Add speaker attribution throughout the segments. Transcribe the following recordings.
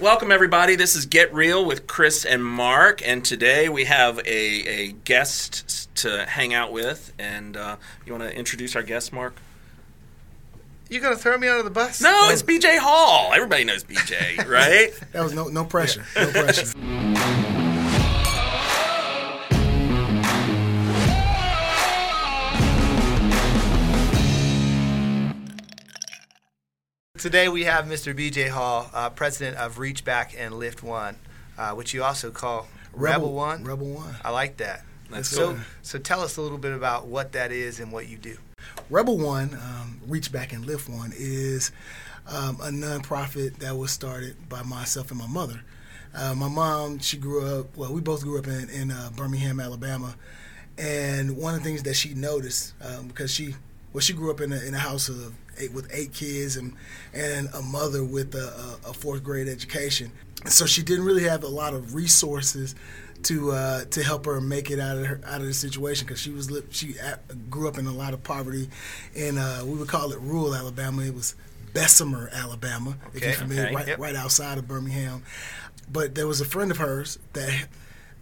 Speaker 1: Welcome, everybody. This is Get Real with Chris and Mark, and today we have a, a guest s- to hang out with. And uh, you want to introduce our guest, Mark?
Speaker 2: You gonna throw me under the bus?
Speaker 1: No, it's BJ Hall. Everybody knows BJ, right?
Speaker 3: That was no no pressure. No pressure.
Speaker 2: Today we have Mr. BJ Hall, uh, president of Reach Back and Lift One, uh, which you also call Rebel, One.
Speaker 3: Rebel One.
Speaker 2: I like that.
Speaker 1: That's
Speaker 2: so,
Speaker 1: cool.
Speaker 2: so tell us a little bit about what that is and what you do.
Speaker 3: Rebel One, um, Reach Back and Lift One, is um, a nonprofit that was started by myself and my mother. Uh, my mom, she grew up, well, we both grew up in, in uh, Birmingham, Alabama. And one of the things that she noticed, um, because she, well, she grew up in a, in a house of eight, with eight kids and, and a mother with a, a, a fourth grade education. So she didn't really have a lot of resources to uh, to help her make it out of her, out of the situation because she was li- she a- grew up in a lot of poverty, and uh, we would call it rural Alabama. It was Bessemer, Alabama, if you're
Speaker 2: Okay,
Speaker 3: familiar,
Speaker 1: okay,
Speaker 3: right,
Speaker 2: yep.
Speaker 3: right outside of Birmingham. But there was a friend of hers that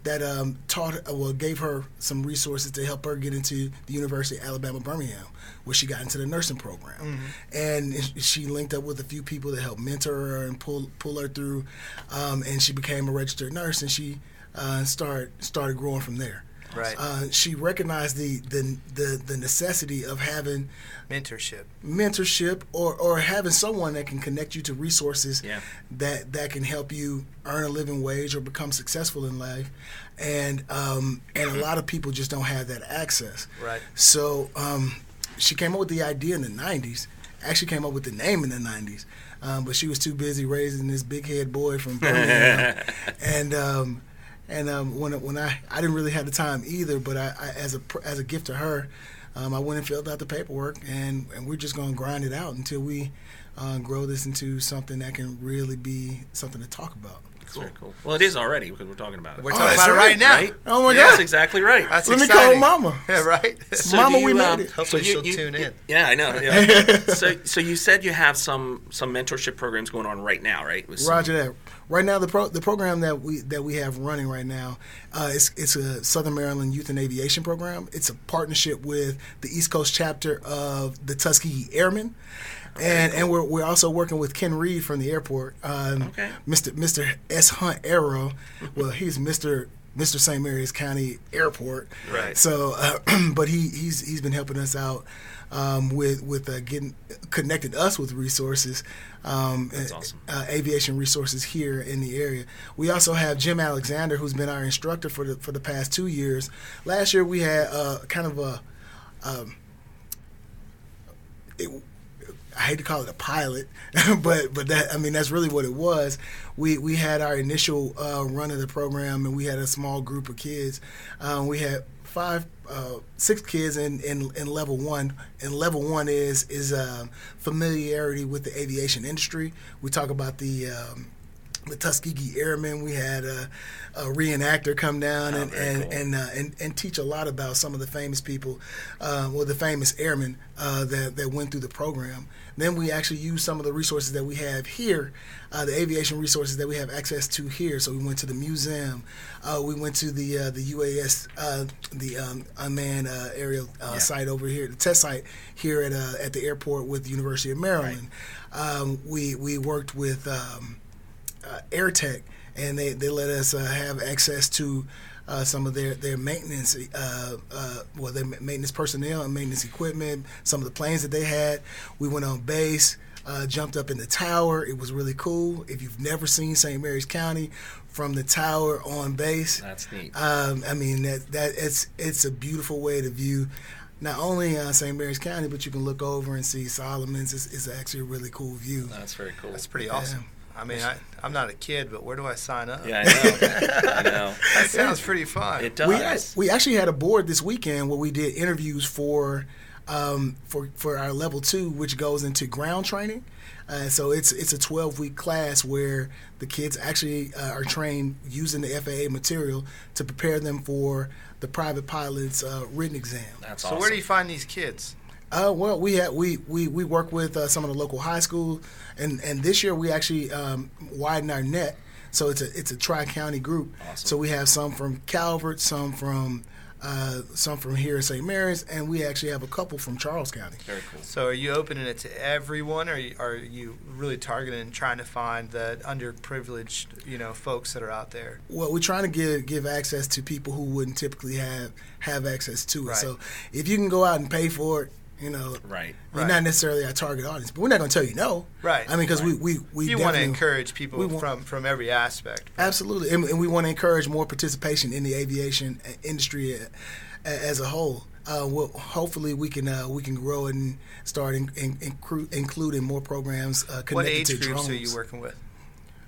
Speaker 3: that um, taught uh, well gave her some resources to help her get into the University of Alabama Birmingham, where she got into the nursing program,
Speaker 2: Mm-hmm.
Speaker 3: and sh- she linked up with a few people that helped mentor her and pull pull her through, um, and she became a registered nurse, and she uh, started started growing from there.
Speaker 2: Right.
Speaker 3: Uh, she recognized the, the the the necessity of having
Speaker 2: Mentorship.
Speaker 3: mentorship or, or having someone that can connect you to resources
Speaker 1: Yeah.
Speaker 3: that that can help you earn a living wage or become successful in life and um, and a lot of people just don't have that access
Speaker 2: Right.
Speaker 3: so um, she came up with the idea in the 90s actually came up with the name in the 90s um, but she was too busy raising this big head boy from Birmingham and um, and um, when when I I didn't really have the time either, but I, I as a pr- as a gift to her, um, I went and filled out the paperwork, and and we're just gonna grind it out until we uh, grow this into something that can really be something to talk about.
Speaker 1: It's very cool. Well, it is already because we're talking about it.
Speaker 2: We're
Speaker 3: Oh,
Speaker 2: talking
Speaker 3: that's
Speaker 2: about it right
Speaker 3: right,
Speaker 2: now.
Speaker 1: right?
Speaker 3: Oh my
Speaker 1: That's
Speaker 3: God!
Speaker 1: exactly right.
Speaker 2: That's
Speaker 3: Let me call
Speaker 2: exciting.
Speaker 3: Mama.
Speaker 2: Yeah, right.
Speaker 1: So
Speaker 3: Mama,
Speaker 1: do
Speaker 3: we
Speaker 1: you,
Speaker 3: made
Speaker 1: um,
Speaker 3: it.
Speaker 2: Hopefully she'll tune in.
Speaker 1: Yeah, I know. yeah. so, so you said you have some some mentorship programs going on right now, right? With some-
Speaker 3: Roger that. Right now, the pro- the program that we that we have running right now, uh, it's it's a Southern Maryland Youth and Aviation program. It's a partnership with the East Coast chapter of the Tuskegee Airmen, and and we're we're also working with Ken Reed from the airport. Um,
Speaker 1: Okay.
Speaker 3: Mr. Mr. S. Hunt Arrow. Well, he's Mr. Mr. St. Mary's County Airport.
Speaker 2: Right.
Speaker 3: So, uh, but he he's he's been helping us out um, with with uh, getting connected us with resources. Um, That's
Speaker 1: awesome.
Speaker 3: Uh, aviation resources here in the area. We also have Jim Alexander, who's been our instructor for the for the past two years. Last year we had uh, kind of a it, I hate to call it a pilot, but but that I mean that's really what it was. We we had our initial uh, run of the program, and we had a small group of kids. Um, we had five, uh, six kids in, in in level one, and level one is is um, familiarity with the aviation industry. We talk about the um, the Tuskegee Airmen. We had a, a reenactor come down and
Speaker 1: very
Speaker 3: and
Speaker 1: cool.
Speaker 3: and, uh, and and teach a lot about some of the famous people, uh, well, the famous airmen uh, that that went through the program. Then we actually used some of the resources that we have here, uh, the aviation resources that we have access to here. So we went to the museum, uh, we went to the uh, the UAS, uh, the um, unmanned uh, aerial uh, site over here, the test site here at uh, at the airport with the University of Maryland. Um, we we worked with. Um, uh, AirTech, and they, they let us uh, have access to uh, some of their their maintenance, uh, uh, well, their ma- maintenance personnel and maintenance equipment. Some of the planes that they had. We went on base, uh, jumped up in the tower. It was really cool. If you've never seen St. Mary's County from the tower on base,
Speaker 1: That's neat.
Speaker 3: um, I mean that that it's it's a beautiful way to view. Not only uh, St. Mary's County, but you can look over and see Solomon's. It's, it's actually a really cool view.
Speaker 1: That's very cool.
Speaker 2: That's pretty awesome. I mean, I, I'm not a kid, but where do I sign up?
Speaker 1: Yeah, I know. I know.
Speaker 2: That sounds pretty fun.
Speaker 1: It
Speaker 3: we,
Speaker 1: does.
Speaker 3: we actually had a board this weekend where we did interviews for um, for for our level two, which goes into ground training. Uh, so it's it's a 12 week class where the kids actually uh, are trained using the FAA material to prepare them for the private pilot's uh, written exam.
Speaker 1: That's
Speaker 2: so
Speaker 1: awesome.
Speaker 2: where do you find these kids?
Speaker 3: Uh, well, we had we we, we work with uh, some of the local high schools, and and this year we actually um, widened our net. So it's a it's a tri county group.
Speaker 1: Awesome.
Speaker 3: So we have some from Calvert, some from uh, some from here in St. Mary's, and we actually have a couple from Charles County.
Speaker 1: Very cool.
Speaker 2: So are you opening it to everyone, or are you, are you really targeting and trying to find the underprivileged, you know, folks that are out there?
Speaker 3: Well, we're trying to give give access to people who wouldn't typically have have access to it.
Speaker 2: Right.
Speaker 3: So if you can go out and pay for it, you know,
Speaker 1: Right.
Speaker 3: you're
Speaker 2: Right.
Speaker 3: not necessarily our target audience, but we're not going to tell you no.
Speaker 2: Right.
Speaker 3: I mean, because
Speaker 1: Right.
Speaker 3: we we we
Speaker 2: You want to
Speaker 3: definitely-
Speaker 2: encourage people
Speaker 3: we want-
Speaker 2: from from every aspect.
Speaker 3: Absolutely, and, and we want to encourage more participation in the aviation uh, industry a- a- as a whole. Uh, well, hopefully, we can uh, we can grow and start in, in, incru- including more programs uh, connected
Speaker 2: What age
Speaker 3: to
Speaker 2: groups
Speaker 3: drones.
Speaker 2: are you working with?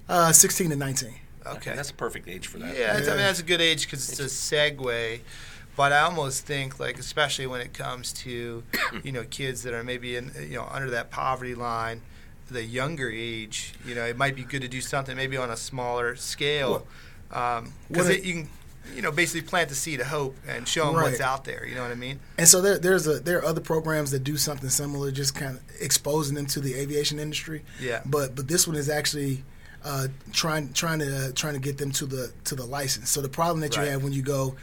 Speaker 3: Uh, Sixteen to nineteen.
Speaker 2: Okay,
Speaker 1: And that's a perfect age for that.
Speaker 2: Yeah, that's- I mean
Speaker 3: Yeah.
Speaker 2: that's a good age because it's a segue. But I almost think like, especially when it comes to, you know, kids that are maybe in, you know, under that poverty line, the younger age, you know, it might be good to do something maybe on a smaller scale, because
Speaker 3: what I-
Speaker 2: you can, you know, basically plant the seed of hope and show them what's
Speaker 3: Right.
Speaker 2: out there. You know what I mean?
Speaker 3: And so there, there's a there are other programs that do something similar, just kind of exposing them to the aviation industry.
Speaker 2: Yeah.
Speaker 3: But but this one is actually uh, trying trying to uh, trying to get them to the to the license. So the problem that
Speaker 2: Right.
Speaker 3: you have when you go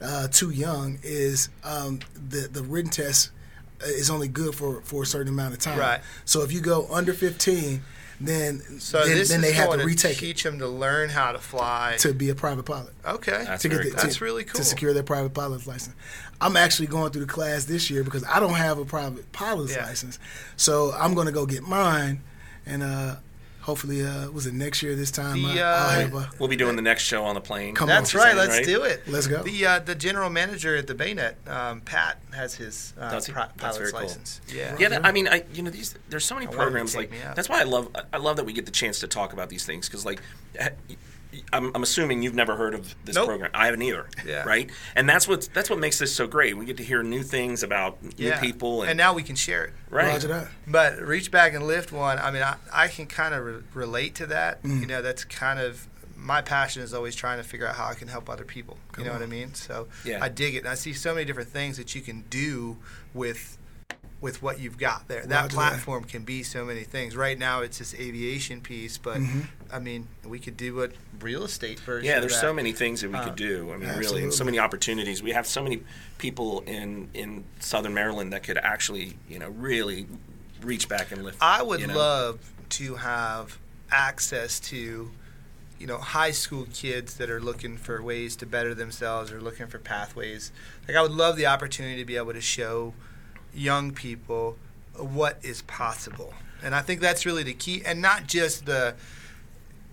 Speaker 3: uh, too young is um, the the written test uh, is only good for, for a certain amount of time.
Speaker 2: Right.
Speaker 3: So if you go under 15, then
Speaker 2: So
Speaker 3: then,
Speaker 2: this
Speaker 3: then
Speaker 2: is
Speaker 3: they have
Speaker 2: going
Speaker 3: to retake
Speaker 2: teach them to learn how to fly.
Speaker 3: it to be a private pilot
Speaker 2: okay,
Speaker 1: That's
Speaker 3: to get
Speaker 1: very
Speaker 3: the,
Speaker 1: cool.
Speaker 3: to,
Speaker 2: That's really cool.
Speaker 3: to secure their private pilot's license. I'm actually going through the class this year because I don't have a private pilot's
Speaker 2: Yeah.
Speaker 3: license, so I'm going to go get mine, and uh, hopefully, uh, was it next year this time?
Speaker 2: The,
Speaker 3: uh, I'll
Speaker 2: uh,
Speaker 3: have a,
Speaker 1: We'll be doing the next show on the plane.
Speaker 3: Come
Speaker 2: That's
Speaker 3: on.
Speaker 2: right. Let's do it.
Speaker 3: Let's go.
Speaker 2: The uh, the general manager at the Baynet, um, Pat, has his uh,
Speaker 1: Does he?
Speaker 2: pri-
Speaker 1: That's very
Speaker 2: pilot's
Speaker 1: cool.
Speaker 2: license. Yeah.
Speaker 1: Yeah, that- I mean, I you know these. There's so many
Speaker 2: I wanted to
Speaker 1: programs
Speaker 2: take
Speaker 1: like
Speaker 2: me out.
Speaker 1: that's why I love. I love that we get the chance to talk about these things because like, ha- I'm, I'm assuming you've never heard of this
Speaker 2: Nope.
Speaker 1: program. I haven't either.
Speaker 2: Yeah.
Speaker 1: Right. And that's what that's what makes this so great. We get to hear new things about new
Speaker 2: Yeah.
Speaker 1: people and,
Speaker 2: now we can share it.
Speaker 1: right.
Speaker 3: Roger that.
Speaker 2: But reach back and lift one. I mean, I, I can kind of re- relate to that.
Speaker 1: Mm.
Speaker 2: You know, that's kind of my passion is always trying to figure out how I can help other people.
Speaker 3: Come
Speaker 2: you know
Speaker 3: on.
Speaker 2: what I mean? So
Speaker 1: Yeah.
Speaker 2: I dig it. And I see so many different things that you can do with with what you've got there. that
Speaker 3: Roger that.
Speaker 2: platform can be so many things. Right now, it's this aviation piece, but I mean, we could do a real estate version.
Speaker 1: Mm-hmm. Yeah,
Speaker 2: of
Speaker 1: there's
Speaker 2: that.
Speaker 1: so many things that we
Speaker 2: Uh,
Speaker 1: could do. I mean, really, and so
Speaker 3: absolutely.
Speaker 1: many opportunities. We have so many people in in Southern Maryland that could actually, you know, really reach back and lift.
Speaker 2: I would
Speaker 1: you know.
Speaker 2: love to have access to, you know, high school kids that are looking for ways to better themselves or looking for pathways. Like I would love the opportunity to be able to show young people what is possible. And I think that's really the key and not just the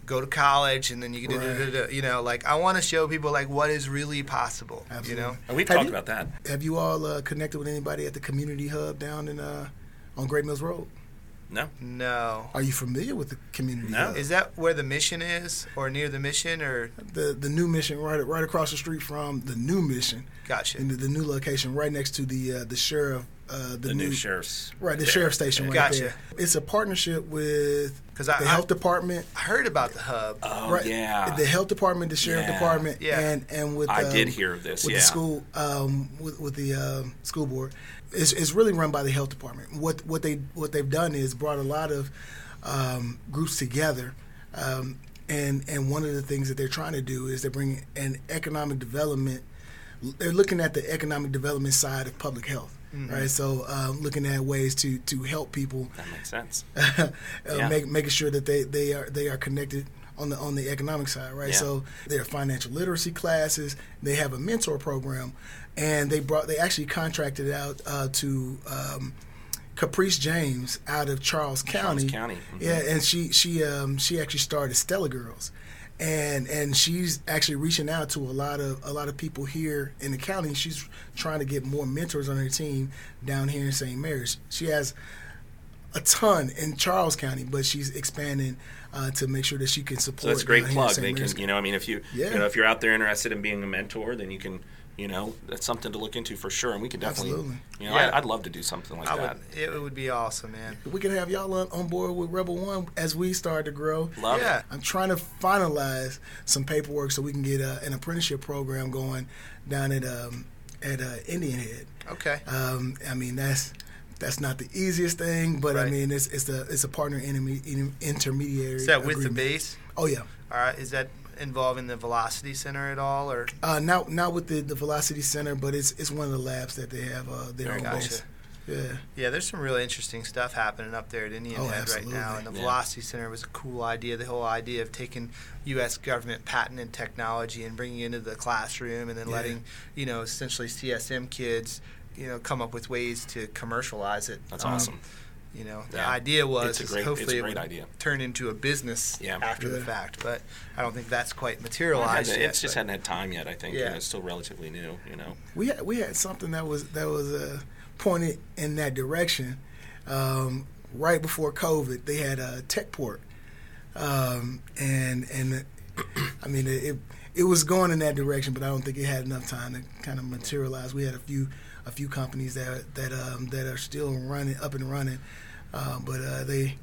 Speaker 2: go to college and then you can do- do, do, do, you know like I want to show people like what is really possible,
Speaker 3: Absolutely.
Speaker 2: you know.
Speaker 1: And we've
Speaker 3: Have
Speaker 1: talked
Speaker 3: you-
Speaker 1: about that.
Speaker 3: Have you all uh, connected with anybody at the community hub down in uh, on Great Mills Road?
Speaker 1: No.
Speaker 2: No.
Speaker 3: Are you familiar with the community?
Speaker 1: No.
Speaker 3: hub?
Speaker 2: Is that where the mission is or near the mission or
Speaker 3: the the new mission right right across the street from the new mission
Speaker 2: gotcha.
Speaker 3: and the, the new location right next to the uh, the sheriff uh, the,
Speaker 1: The new sheriff's.
Speaker 3: Right, the
Speaker 1: there.
Speaker 3: sheriff's station right
Speaker 2: Gotcha.
Speaker 3: there. It's a partnership with
Speaker 2: 'Cause
Speaker 3: the
Speaker 2: I- I-
Speaker 3: health department.
Speaker 2: I heard about the hub.
Speaker 1: Oh
Speaker 3: right,
Speaker 1: yeah.
Speaker 3: the health department, the sheriff
Speaker 1: Yeah.
Speaker 3: department,
Speaker 2: Yeah.
Speaker 3: and and with
Speaker 1: I
Speaker 3: um,
Speaker 1: did hear of this.
Speaker 3: with
Speaker 1: yeah.
Speaker 3: the school um, with, with the um, school board. It's, it's really run by the health department. What what they what they've done is brought a lot of um, groups together. Um, and, and one of the things that they're trying to do is they're bringing an economic development they're looking at the economic development side of public health, right? So, um, looking at ways to to help people,
Speaker 1: That makes sense.
Speaker 3: uh,
Speaker 1: Yeah.
Speaker 3: make, making sure that they, they are they are connected on the on the economic side, right?
Speaker 1: Yeah.
Speaker 3: So, there are financial literacy classes. They have a mentor program, and they brought they actually contracted out uh, to. Um, Caprice James out of Charles County.
Speaker 1: County, mhm.
Speaker 3: Yeah, and she she um she actually started Stella Girls. And and she's actually reaching out to a lot of a lot of people here in the county. She's trying to get more mentors on her team down here in St. Mary's. She has a ton in Charles County, but she's expanding uh, to make sure that she can support.
Speaker 1: So that's a great
Speaker 3: down here in
Speaker 1: plug.
Speaker 3: St.
Speaker 1: They
Speaker 3: Mary's.
Speaker 1: can, you know, I mean, if you,
Speaker 3: Yeah.
Speaker 1: you know, if you're out there interested in being a mentor, then you can, you know, that's something to look into for sure. And we can definitely,
Speaker 3: Absolutely.
Speaker 1: you know,
Speaker 2: Yeah.
Speaker 1: I, I'd love to do something like
Speaker 2: I
Speaker 1: that.
Speaker 2: would, it would be awesome, man.
Speaker 3: we can have y'all on, on board with Rebel One as we start to grow.
Speaker 1: Love
Speaker 2: yeah.
Speaker 1: it.
Speaker 3: I'm trying to finalize some paperwork so we can get uh, an apprenticeship program going down at um, at uh, Indian Head.
Speaker 2: Okay.
Speaker 3: Um, I mean, that's That's not the easiest thing, but I
Speaker 2: Right.
Speaker 3: mean, it's it's a it's a partner enemy in- intermediary.
Speaker 2: Is that with the
Speaker 3: agreement.
Speaker 2: base?
Speaker 3: Oh yeah.
Speaker 2: All right. Is that involving the velocity center at all, or
Speaker 3: Uh, not not with the, the Velocity Center, but it's it's one of the labs that they have uh, there on
Speaker 2: Gotcha.
Speaker 3: base. Yeah.
Speaker 2: Yeah, there's some really interesting stuff happening up there at Indian
Speaker 3: Oh,
Speaker 2: Head right now,
Speaker 3: absolutely.
Speaker 2: and the
Speaker 1: Yeah.
Speaker 2: Velocity Center was a cool idea. The whole idea of taking U.S. government patent and technology and bringing it into the classroom, and then
Speaker 3: Yeah.
Speaker 2: letting you know essentially CSM kids, you know, come up with ways to commercialize it.
Speaker 1: That's
Speaker 2: Um,
Speaker 1: awesome.
Speaker 2: You know, the
Speaker 1: Yeah.
Speaker 2: idea was
Speaker 1: It's a
Speaker 2: is
Speaker 1: great- it's a
Speaker 2: hopefully
Speaker 1: great
Speaker 2: it would
Speaker 1: idea.
Speaker 2: turn into a business
Speaker 1: Yeah.
Speaker 2: after the
Speaker 3: Yeah.
Speaker 2: fact, but I don't think that's quite
Speaker 1: It's
Speaker 2: materialized. yet,
Speaker 1: just
Speaker 2: but-
Speaker 1: hadn't had time yet, I think.
Speaker 2: Yeah.
Speaker 1: And it's still relatively new, you know.
Speaker 3: We had we had something that was that was uh, pointed in that direction. Um, right before COVID, they had a tech port, um, and and I mean it, it was going in that direction, but I don't think it had enough time to kind of materialize. We had a few a few companies that that um, that are still running up and running, uh, but uh, they.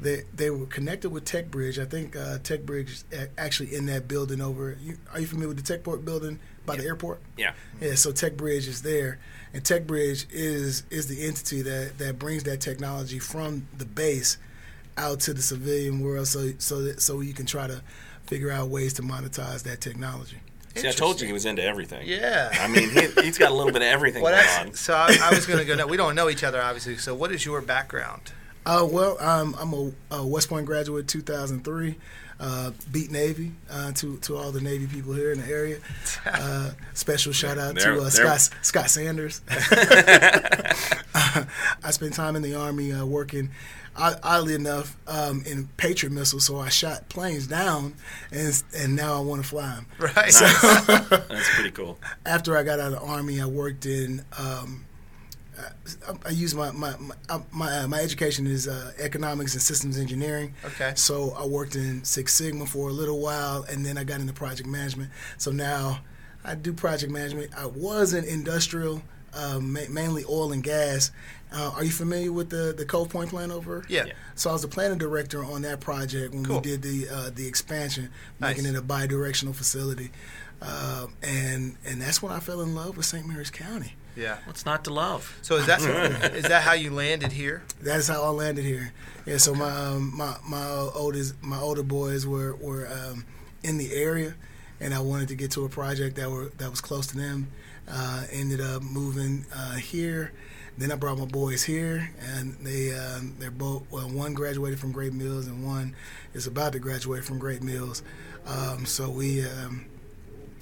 Speaker 3: They, they were connected with TechBridge. I think uh, TechBridge is a- actually in that building over. You, are you familiar with the TechPort building by the airport?
Speaker 1: Yeah.
Speaker 3: Yeah, so TechBridge is there, and TechBridge is is the entity that that brings that technology from the base out to the civilian world, so so that, so you can try to figure out ways to monetize that technology.
Speaker 1: See, I told you he was into everything.
Speaker 2: Yeah.
Speaker 1: I mean, he, he's got a little bit of everything
Speaker 2: Well,
Speaker 1: going on.
Speaker 2: that's, so I, I was going to go. No, we don't know each other, obviously. So, what is your background?
Speaker 3: Uh, well, I'm I'm a, a West Point graduate, 2003, uh, beat Navy uh, to to all the Navy people here in the area. Uh, special shout out
Speaker 1: There-
Speaker 3: to
Speaker 1: there-
Speaker 3: uh, Scott Scott Sanders. I spent time in the army uh, working, o- oddly enough, um, in Patriot missiles. So I shot planes down, and and now I want to fly them.
Speaker 2: Right.
Speaker 1: That's pretty cool.
Speaker 3: After I got out of the army, I worked in. Um, I, I use my my my uh, my, uh, my education is uh, economics and systems engineering.
Speaker 2: Okay.
Speaker 3: So I worked in Six Sigma for a little while, and then I got into project management. So now I do project management. I was in industrial, uh, ma- mainly oil and gas. Uh, are you familiar with the the Cove Point plant over?
Speaker 2: Yeah.
Speaker 1: Yeah.
Speaker 3: So I was the planning director on that project when
Speaker 2: Cool.
Speaker 3: we did the uh, the expansion, making
Speaker 2: Nice.
Speaker 3: it a bi-directional facility, uh, and and that's when I fell in love with St. Mary's County.
Speaker 2: Yeah.
Speaker 1: What's not to love?
Speaker 2: So is that is that how you landed here?
Speaker 3: That's how I landed here. Yeah. So my um, my my oldest my older boys were were um, in the area, and I wanted to get to a project that were that was close to them. Uh, ended up moving uh, here. Then I brought my boys here, and they um, they're both well. One graduated from Great Mills, and one is about to graduate from Great Mills. Um, so we, um,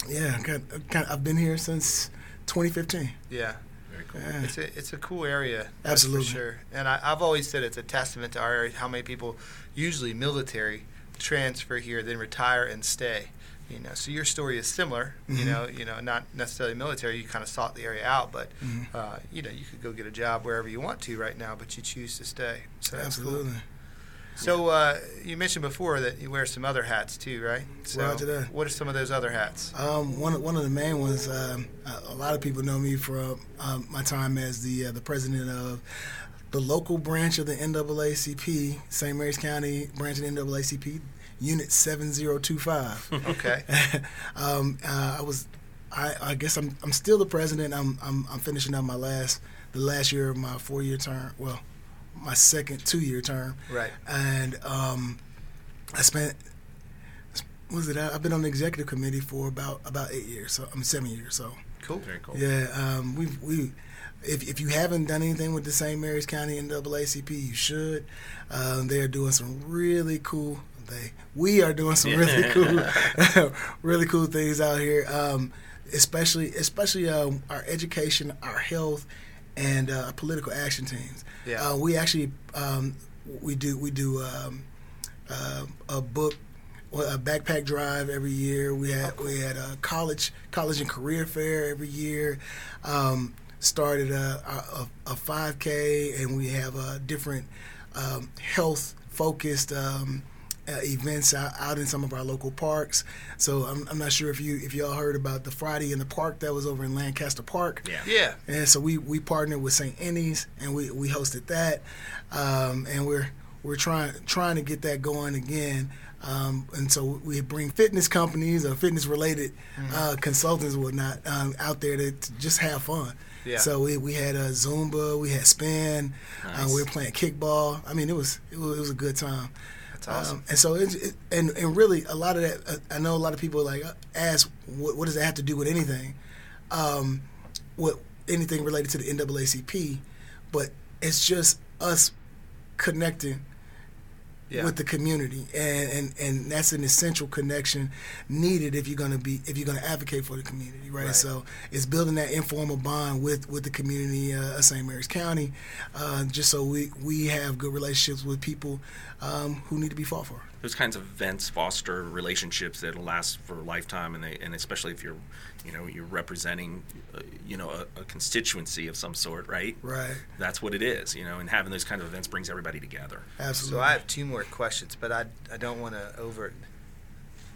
Speaker 3: yeah, got, got, I've been here since 2015.
Speaker 2: Yeah.
Speaker 1: Very cool.
Speaker 3: Yeah.
Speaker 2: It's a it's a cool area. that's
Speaker 3: Absolutely.
Speaker 2: For sure. And I, I've always said it's a testament to our area how many people, usually military, transfer here then retire and stay. You know. So your story is similar. You
Speaker 3: Mhm.
Speaker 2: know. You know, not necessarily military. You kind of sought the area out, but
Speaker 3: Mhm.
Speaker 2: uh, you know you could go get a job wherever you want to right now, but you choose to stay. So that's cool.
Speaker 3: Absolutely.
Speaker 2: So uh, you mentioned before that you wear some other hats too, right? So
Speaker 3: Roger that.
Speaker 2: What are some of those other hats?
Speaker 3: Um, one one of the main ones. Um, a, a lot of people know me from um, my time as the uh, the president of the local branch of the NAACP, St. Mary's County branch of the NAACP, Unit Seven Zero Two Five.
Speaker 2: Okay.
Speaker 3: um, uh, I was, I, I guess I'm, I'm still the president. I'm, I'm, I'm finishing up my last, the last year of my four year term. Well, my second two year term.
Speaker 2: Right.
Speaker 3: And um, I spent, what was it? I- I've been on the executive committee for about about eight years. So I'm seven years. So
Speaker 2: Cool.
Speaker 1: Very cool.
Speaker 3: yeah, um, we we. If, if you haven't done anything with the St. Mary's County NAACP, you should. Um, they are doing some really cool. They we are doing some really cool, really cool things out here. Um, especially especially um, our education, our health, and uh, our political action teams.
Speaker 2: Yeah.
Speaker 3: Uh, we actually um, we do we do um, uh, a book well, a backpack drive every year. We had we had a college college and career fair every year. Um, started a a five k and we have uh, different um, health focused. Um, uh, events out, out in some of our local parks. So I'm, I'm not sure if you if y'all heard about the Friday in the Park that was over in Lancaster Park.
Speaker 1: Yeah.
Speaker 2: Yeah.
Speaker 3: And so we we partnered with St. Annie's and we, we hosted that, um, and we're we're trying trying to get that going again. Um, and so we bring fitness companies or fitness related uh, consultants and whatnot um, out there to, to just have fun.
Speaker 2: Yeah.
Speaker 3: So we, we had uh, Zumba, we had spin, uh, we were playing kickball. I mean, it was it was, it was a good time.
Speaker 2: That's awesome.
Speaker 3: Um, and so, it's it, and and really, a lot of that. Uh, I know a lot of people like uh, ask, what, what does that have to do with anything? Um, what anything related to the NAACP? But it's just us connecting
Speaker 2: yeah.
Speaker 3: with the community, and, and and that's an essential connection needed if you're gonna be if you're gonna advocate for the community, right?
Speaker 2: Right.
Speaker 3: So it's building that informal bond with with the community uh, of St. Mary's County, uh, just so we we have good relationships with people um, who need to be fought for.
Speaker 1: those kinds of events foster relationships that'll last for a lifetime, and they, and especially if you're, you know, you're representing, uh, you know, a, a constituency of some sort, right?
Speaker 3: Right.
Speaker 1: That's what it is, you know. And having those kind of events brings everybody together.
Speaker 3: Absolutely.
Speaker 2: So I have two more questions, but I, I don't want to over.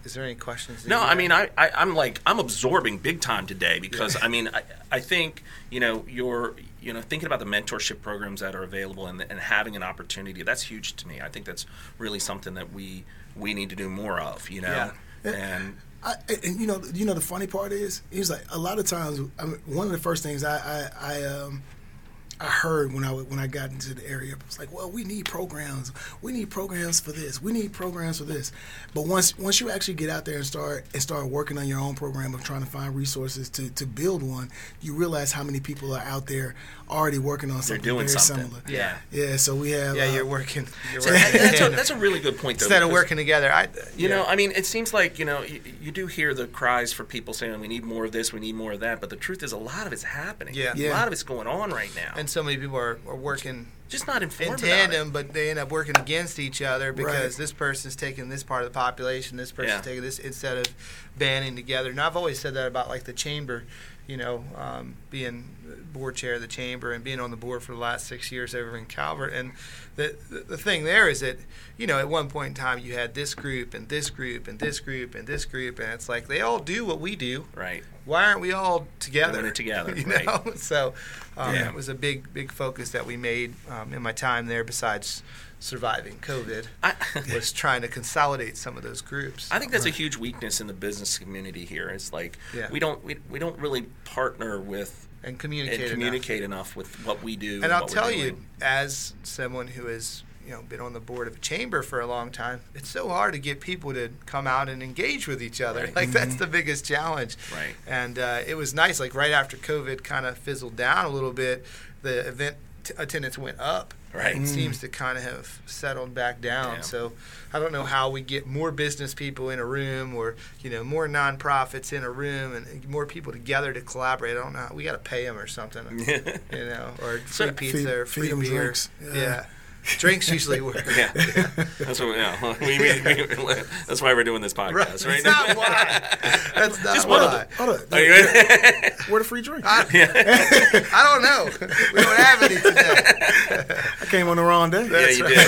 Speaker 2: Is there any questions? that
Speaker 1: No,
Speaker 2: you
Speaker 1: I
Speaker 2: have?
Speaker 1: mean, I, I, I'm like, I'm absorbing big time today because I mean, I, I think, you know, you're, you know, thinking about the mentorship programs that are available and, and having an opportunity, that's huge to me. I think that's really something that we, we need to do more of, you know?
Speaker 2: Eh,
Speaker 3: Yeah.
Speaker 1: And
Speaker 3: I, and you know, you know, the funny part is, he was like, a lot of times, I mean, one of the first things I, I, I um, I heard when I w- when I got into the area it was like, well, we need programs, we need programs for this, we need programs for this. But once once you actually get out there and start and start working on your own program of trying to find resources to, to build one, you realize how many people are out there already working on
Speaker 1: they're
Speaker 3: something
Speaker 1: doing
Speaker 3: very
Speaker 1: something.
Speaker 3: similar.
Speaker 2: Yeah.
Speaker 3: yeah. So we have
Speaker 2: yeah,
Speaker 3: uh,
Speaker 2: you're working. You're
Speaker 1: So
Speaker 2: working
Speaker 1: that- that's, a,
Speaker 2: tandem.
Speaker 1: that's a really good point, though.
Speaker 2: Instead of
Speaker 1: because-
Speaker 2: working together, I.
Speaker 1: You
Speaker 2: yeah.
Speaker 1: know, I mean, it seems like you know you, you do hear the cries for people saying we need more of this, we need more of that, but the truth is a lot of it's happening.
Speaker 2: Yeah.
Speaker 1: a
Speaker 3: Yeah.
Speaker 1: lot of it's going on right now,
Speaker 2: and so many people are, are working
Speaker 1: just not
Speaker 2: in
Speaker 1: informed. about it.
Speaker 2: tandem, but they end up working against each other because
Speaker 3: Right.
Speaker 2: this person's taking this part of the population, this person's
Speaker 1: Yeah.
Speaker 2: taking this instead of banding together. And I've always said that about like the chamber, you know, um, being board chair of the chamber and being on the board for the last six years over in Calvert. And the the, the thing there is that you know at one point in time you had this group and this group and this group and this group, and it's like they all do what we do.
Speaker 1: Right.
Speaker 2: Why aren't we all together?
Speaker 1: Doing it together,
Speaker 2: you
Speaker 1: right.
Speaker 2: know? So um,
Speaker 1: Yeah.
Speaker 2: it was a big, big focus that we made um, in my time there. Besides surviving COVID,
Speaker 1: I,
Speaker 2: was trying to consolidate some of those groups.
Speaker 1: I think that's a huge weakness in the business community here. It's like
Speaker 2: Yeah.
Speaker 1: we don't we, we don't really partner with
Speaker 2: and
Speaker 1: and
Speaker 2: communicate. enough.
Speaker 1: communicate enough. with what we do.
Speaker 2: And I'll
Speaker 1: what we're
Speaker 2: tell you,
Speaker 1: doing.
Speaker 2: as someone who has you know been on the board of a chamber for a long time, it's so hard to get people to come out and engage with each other.
Speaker 1: Right. Mm-hmm.
Speaker 2: Like that's the biggest challenge.
Speaker 1: Right.
Speaker 2: And uh, it was nice. Like right after COVID kind of fizzled down a little bit, the event t- attendance went up.
Speaker 1: Right.
Speaker 2: It seems
Speaker 3: Mm.
Speaker 2: to kind of have settled back down.
Speaker 1: Yeah.
Speaker 2: So I don't know how we get more business people in a room, or you know more nonprofits in a room, and more people together to collaborate. I don't know. how- We got to pay them or something you know, or free
Speaker 1: So-
Speaker 2: pizza
Speaker 3: Feed-
Speaker 2: or
Speaker 3: feed
Speaker 2: free
Speaker 3: 'em
Speaker 2: beer.
Speaker 3: drinks,
Speaker 2: Yeah.
Speaker 3: yeah.
Speaker 2: drinks usually work.
Speaker 1: yeah. that's what yeah. we, we, we, that's why we're doing this
Speaker 2: Right.
Speaker 1: podcast,
Speaker 2: That's
Speaker 1: right?
Speaker 2: not why. That's not
Speaker 1: Just one of
Speaker 2: why.
Speaker 3: Hold up,
Speaker 1: Are you in?
Speaker 3: where the free drink?
Speaker 2: I, I don't know. We don't have any today.
Speaker 3: I came on the wrong day.
Speaker 1: Yeah, you did.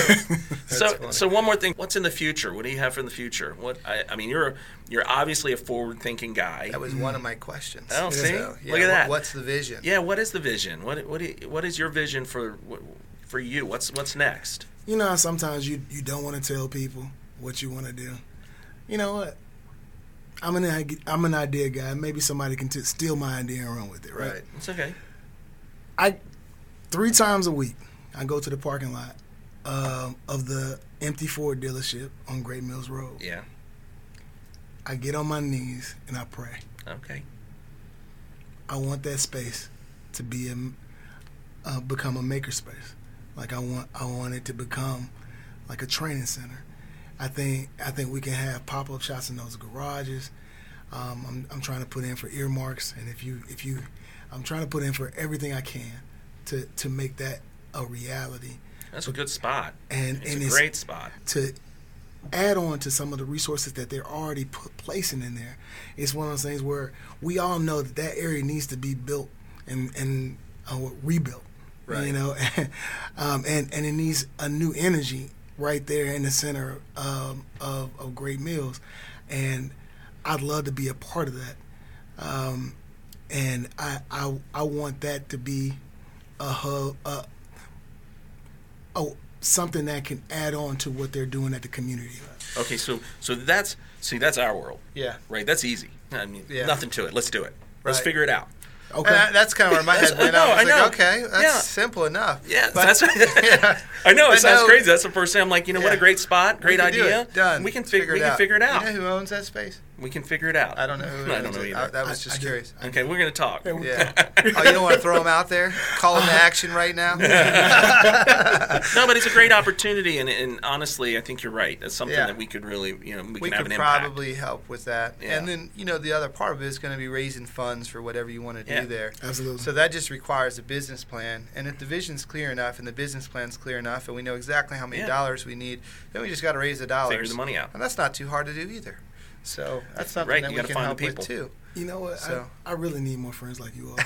Speaker 1: so,
Speaker 2: funny.
Speaker 1: so one more thing. What's in the future? What do you have for in the future? What I, I mean, you're you're obviously a forward-thinking guy.
Speaker 2: That was one of my questions.
Speaker 1: Oh, see?
Speaker 2: yeah,
Speaker 1: Look at
Speaker 2: wha-
Speaker 1: that.
Speaker 2: What's the vision?
Speaker 1: yeah. What is the vision? What what do you- what is your vision for what, for you? What's what's next?
Speaker 3: You know, how sometimes you you don't want to tell people what you want to do. You know what? I'm an ide- I'm an idea guy. Maybe somebody can t- steal my idea and run with it, right?
Speaker 2: Right.
Speaker 1: It's okay.
Speaker 3: I three times a week I go to the parking lot um, of the empty Ford dealership on Great Mills Road.
Speaker 1: Yeah.
Speaker 3: I get on my knees and I pray.
Speaker 1: Okay.
Speaker 3: I want that space to be a, uh, become a makerspace. Like I want, I want it to become like a training center. I think, I think we can have pop up shops in those garages. Um, I'm, I'm trying to put in for earmarks, and if you, if you, I'm trying to put in for everything I can to to make that a reality.
Speaker 1: That's a good spot.
Speaker 3: And
Speaker 1: It's
Speaker 3: and
Speaker 1: a
Speaker 3: it's
Speaker 1: great spot.
Speaker 3: to add on to some of the resources that they're already pu- placing in there. It's one of those things where we all know that that area needs to be built and and uh, what, rebuilt,
Speaker 2: Right.
Speaker 3: you know, um, and and it needs a new energy right there in the center um, of of Great Mills, and I'd love to be a part of that. Um, and I, I I want that to be a hub, a, a oh, something that can add on to what they're doing at the community.
Speaker 1: Okay, so so that's see that's our world,
Speaker 2: Yeah.
Speaker 1: right? That's easy. I mean,
Speaker 2: Yeah.
Speaker 1: nothing to it. Let's do it. Let's
Speaker 2: Right.
Speaker 1: figure it out.
Speaker 3: Okay.
Speaker 2: And I- that's kind of where my head went.
Speaker 1: No,
Speaker 2: I was
Speaker 1: I
Speaker 2: like,
Speaker 1: know.
Speaker 2: okay, that's
Speaker 1: Yeah.
Speaker 2: simple enough.
Speaker 1: Yeah,
Speaker 2: But-
Speaker 1: that's.
Speaker 2: yeah.
Speaker 1: I know it
Speaker 2: But
Speaker 1: sounds
Speaker 2: no,
Speaker 1: crazy. That's the first thing I'm like, you know, what a
Speaker 2: Yeah.
Speaker 1: great spot, great
Speaker 2: we can do
Speaker 1: idea.
Speaker 2: it. Done.
Speaker 1: We can figure. We can figure it out.
Speaker 2: You know who owns that space?
Speaker 1: we can figure it out.
Speaker 2: I don't know who.
Speaker 1: I
Speaker 2: owns
Speaker 1: don't know
Speaker 2: it.
Speaker 1: either.
Speaker 2: I- that was
Speaker 3: I-
Speaker 2: just
Speaker 3: I do.
Speaker 2: curious.
Speaker 1: okay, we're gonna talk.
Speaker 3: we-
Speaker 2: Yeah. oh, you don't want to throw them out there? Call them to action right now?
Speaker 1: No, but it's a great opportunity, and, and honestly, I think you're right. That's something
Speaker 2: Yeah.
Speaker 1: that we could really, you know, we,
Speaker 2: we
Speaker 1: can have
Speaker 2: could
Speaker 1: an impact.
Speaker 2: probably help with that.
Speaker 1: Yeah.
Speaker 2: And then, you know, the other part of it is going to be raising funds for whatever you want to do
Speaker 1: Yeah.
Speaker 2: there.
Speaker 3: Absolutely.
Speaker 2: So that just requires a business plan. And if the vision's clear enough and the business plan's clear enough and we know exactly how many
Speaker 1: Yeah.
Speaker 2: dollars we need, then we just got to raise the dollars.
Speaker 1: figure the money out.
Speaker 2: And that's not too hard to do either. So that's something
Speaker 1: right,
Speaker 2: that
Speaker 1: you
Speaker 2: we
Speaker 1: gotta
Speaker 2: can
Speaker 1: find
Speaker 2: help
Speaker 1: the
Speaker 2: with
Speaker 1: people.
Speaker 2: too.
Speaker 3: You know what?
Speaker 2: So-
Speaker 3: I, I really need more friends like you all.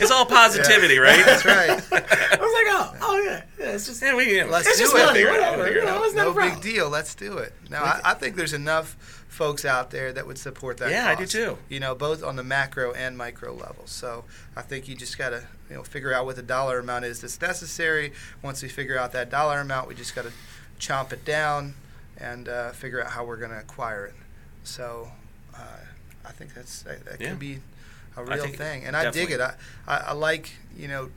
Speaker 1: It's all positivity, right?
Speaker 2: That's right.
Speaker 3: I was like, oh, oh yeah, yeah it's just
Speaker 1: Yeah, we can.
Speaker 2: Let's
Speaker 1: it's
Speaker 2: do
Speaker 1: just
Speaker 2: it.
Speaker 1: We'll figure it out.
Speaker 3: Whatever.
Speaker 1: We'll figure it
Speaker 3: You know,
Speaker 1: out.
Speaker 3: it's not
Speaker 2: no
Speaker 3: a
Speaker 2: big
Speaker 3: problem.
Speaker 2: deal. Let's do it. Now, I, I think there's enough folks out there that would support that.
Speaker 1: Yeah, I do
Speaker 2: cause,
Speaker 1: too.
Speaker 2: You know, both on the macro and micro level. So I think you just gotta you know figure out what the dollar amount is that's necessary. Once we figure out that dollar amount, we just gotta chomp it down and uh, figure out how we're gonna acquire it. So uh, I think that's that, that
Speaker 1: Yeah.
Speaker 2: could be a
Speaker 1: I
Speaker 2: real
Speaker 1: think
Speaker 2: thing, and I dig
Speaker 1: definitely.
Speaker 2: it. I, I, I like you know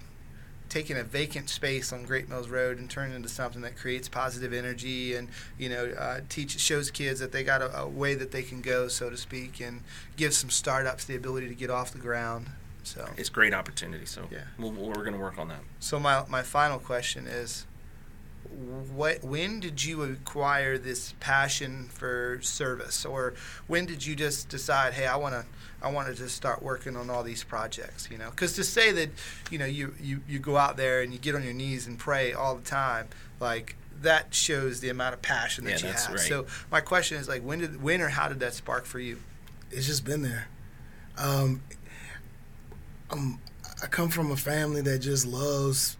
Speaker 2: taking a vacant space on Great Mills Road and turning it into something that creates positive energy and you know uh, teach shows kids that they got a, a way that they can go, so to speak, and gives some startups the ability to get off the ground. So,
Speaker 1: It's great opportunity. So
Speaker 2: Yeah.
Speaker 1: we'll, we're gonna work on that.
Speaker 2: so my my final question is. What when did you acquire this passion for service, or when did you just decide, hey, I want to, I want to just start working on all these projects, you know? Because to say that, you know, you, you you go out there and you get on your knees and pray all the time, like that shows the amount of passion that
Speaker 1: Yeah,
Speaker 2: you
Speaker 1: that's
Speaker 2: have.
Speaker 1: right.
Speaker 2: So my question is, like, when did, when or how did that spark for you?
Speaker 3: It's just been there. Um, um, I come from a family that just loves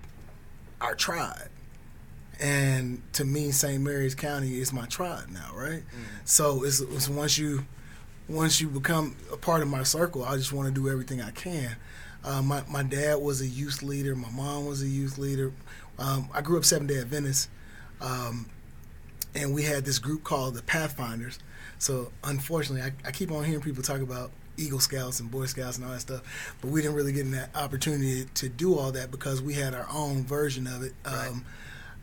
Speaker 3: our tribe. And to me, St. Mary's County is my tribe now, right? So it's, it's once you once you become a part of my circle, I just want to do everything I can. Uh, my my dad was a youth leader. My mom was a youth leader. Um, I grew up Seven Day Adventist, um, and we had this group called the Pathfinders. So unfortunately, I, I keep on hearing people talk about Eagle Scouts and Boy Scouts and all that stuff, but we didn't really get that opportunity to do all that because we had our own version of it. Um,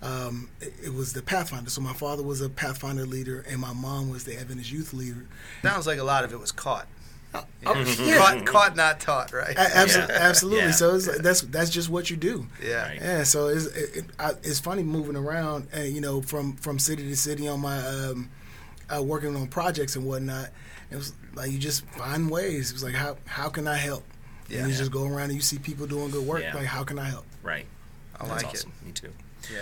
Speaker 3: um, it, it was the Pathfinder. So my father was a Pathfinder leader, and my mom was the Adventist youth leader.
Speaker 2: Sounds like a lot of it was caught,
Speaker 3: Oh, yeah.
Speaker 2: caught, caught, not taught, right?
Speaker 3: A- abso-
Speaker 1: Yeah.
Speaker 3: Absolutely.
Speaker 1: Yeah.
Speaker 3: So it's, that's that's just what you do.
Speaker 2: yeah.
Speaker 1: Right.
Speaker 3: Yeah. So it's it, it, I, it's funny moving around, uh, you know, from from city to city on my um, uh, working on projects and whatnot. It was like you just find ways. It was like how how can I help?
Speaker 2: Yeah.
Speaker 3: And you just go around and you see people doing good work.
Speaker 1: Yeah.
Speaker 3: Like how can I help?
Speaker 1: Right.
Speaker 2: I
Speaker 1: That's
Speaker 2: like it.
Speaker 1: awesome. Me too.
Speaker 2: Yeah.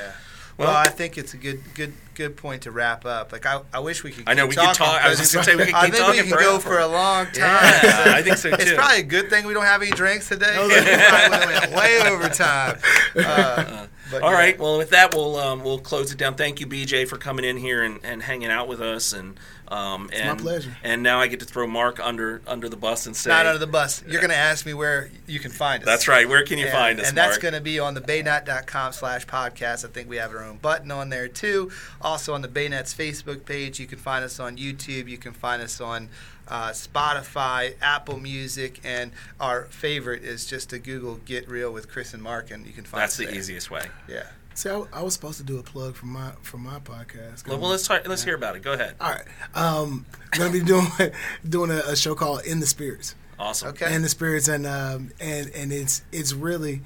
Speaker 1: Well-
Speaker 2: Well, I think it's a good, good, good point to wrap up. Like, I, I wish we could.
Speaker 1: I know,
Speaker 2: keep
Speaker 1: we could
Speaker 2: talking,
Speaker 1: talk- I was
Speaker 2: but
Speaker 1: just gonna say, we could
Speaker 2: I
Speaker 1: keep
Speaker 2: think
Speaker 1: talking
Speaker 2: we can go
Speaker 1: forever.
Speaker 2: for a long time.
Speaker 1: Yeah, I think so
Speaker 2: It's
Speaker 1: too.
Speaker 2: probably a good thing we don't have any drinks today.
Speaker 3: No,
Speaker 2: we probably went way over time. Uh, but
Speaker 1: All
Speaker 2: yeah.
Speaker 1: right. Well, with that, we'll um, we'll close it down. Thank you, BJ, for coming in here and, and hanging out with us. And um, it's and,
Speaker 3: pleasure.
Speaker 1: And now I get to throw Mark under under the bus and say,
Speaker 2: Not under the bus. You're going to ask me where you can find us.
Speaker 1: "That's right. Where can you
Speaker 2: and,
Speaker 1: find us,
Speaker 2: and
Speaker 1: Mark?"
Speaker 2: that's going to be on the baynut.com slash podcast. I think we have our own button on there too. Also on the Baynet's Facebook page, you can find us on YouTube. You can find us on uh, Spotify, Apple Music, and our favorite is just to Google "Get Real with Chris and Mark," and you can find.
Speaker 1: That's
Speaker 2: us
Speaker 1: the
Speaker 2: there.
Speaker 1: easiest way.
Speaker 2: Yeah.
Speaker 3: See, I, I was supposed to do a plug for my for my podcast.
Speaker 1: Well, let's talk, let's hear about it. Go ahead.
Speaker 3: All right. Um, I'm gonna be doing doing a, a show called In the Spirits.
Speaker 1: Awesome.
Speaker 2: Okay.
Speaker 3: and the spirits and um, and and it's it's really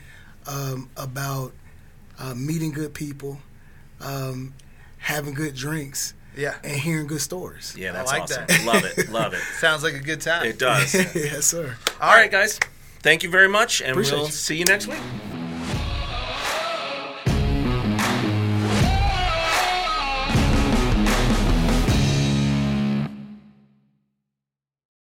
Speaker 3: um, about uh, meeting good people, um, having good drinks,
Speaker 2: Yeah.
Speaker 3: and hearing good stories.
Speaker 1: Yeah,
Speaker 2: I
Speaker 1: that's
Speaker 2: like
Speaker 1: awesome.
Speaker 2: that.
Speaker 1: Love it. Love it.
Speaker 2: Sounds like a good time.
Speaker 1: It does.
Speaker 3: yes, sir.
Speaker 1: All right, guys. Thank you very much, and
Speaker 3: Appreciate
Speaker 1: we'll
Speaker 3: you.
Speaker 1: see you next week.